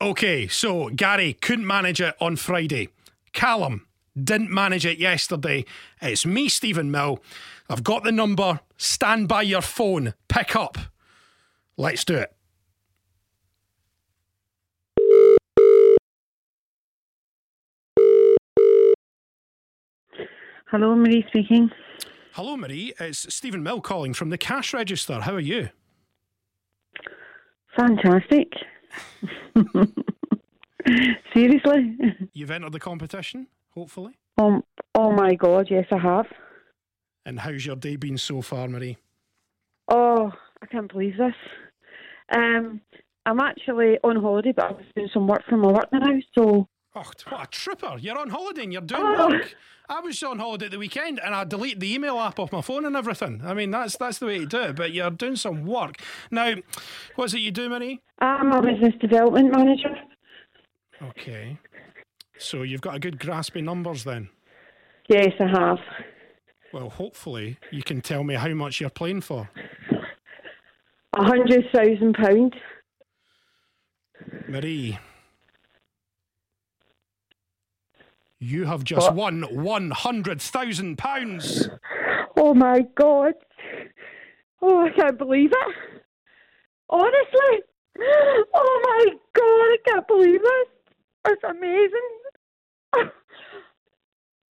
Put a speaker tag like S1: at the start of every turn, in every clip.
S1: Okay, so Gary couldn't manage it on Friday. Callum didn't manage it yesterday. It's me, Stephen Mill. I've got the number. Stand by your phone. Pick up. Let's do it.
S2: Hello, Marie speaking.
S1: Hello, Marie. It's Stephen Mill calling from the cash register. How are you?
S2: Fantastic. Seriously?
S1: You've entered the competition, hopefully.
S2: Um, oh my God, yes, I have.
S1: And how's your day been so far, Marie?
S2: Oh, I can't believe this. Um, I'm actually on holiday, but I was doing some work for my work now, so
S1: Oh, what a tripper. You're on holiday and you're doing
S2: Oh.
S1: work. I was on holiday at the weekend and I deleted the email app off my phone and everything. I mean, that's that's the way to do it, but you're doing some work. Now, what's it you do, Marie?
S2: I'm a business development manager.
S1: Okay. So you've got a good grasp of numbers then.
S2: Yes, I have.
S1: Well, hopefully you can tell me how much you're playing for.
S2: A hundred thousand pound.
S1: Marie. You have just
S2: What?
S1: won one hundred thousand pounds.
S2: Oh my God. Oh, I can't believe it. Honestly. Oh my God, I can't believe this. It's amazing.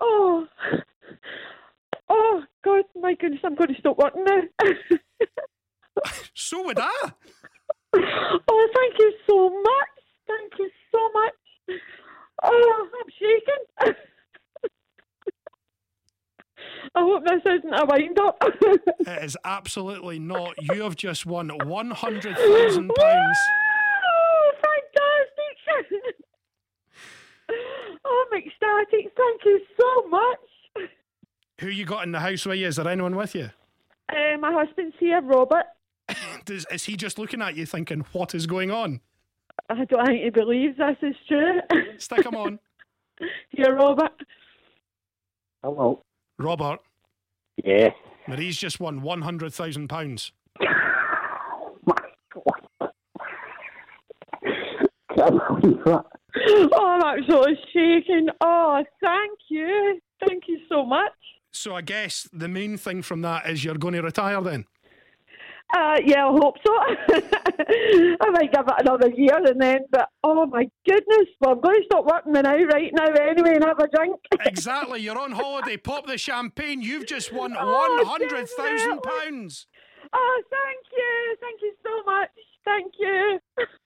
S2: Oh. Oh God, my goodness, I'm going to stop working now.
S1: So would I.
S2: oh, thank you so much. Thank you so much. Oh, I'm shaking. I hope this isn't a wind up.
S1: It is absolutely not. You have just won one hundred thousand pounds.
S2: Wow, fantastic! oh, I'm ecstatic. Thank you so much.
S1: Who you got in the house with you? Is there anyone with you?
S2: Uh, my husband's here, Robert.
S1: Does, is he just looking at you, thinking, "What is going on?"
S2: I don't think he believes this is true.
S1: Stick him on,
S2: here, Robert.
S3: Hello.
S1: Robert.
S3: Yeah.
S1: Marie's just won one hundred thousand pounds.
S3: Oh my god. Can't believe that.
S2: Oh, I'm absolutely shaking. Oh, thank you. Thank you so much.
S1: So I guess the main thing from that is you're going to retire then.
S2: Uh, yeah, I hope so. I might give it another year and then, but oh my goodness, well, I'm going to stop working now, right now, anyway, and have a drink.
S1: Exactly. You're on holiday. Pop the champagne. You've just won
S2: Oh,
S1: one hundred thousand pounds.
S2: Oh, thank you. Thank you so much. Thank you.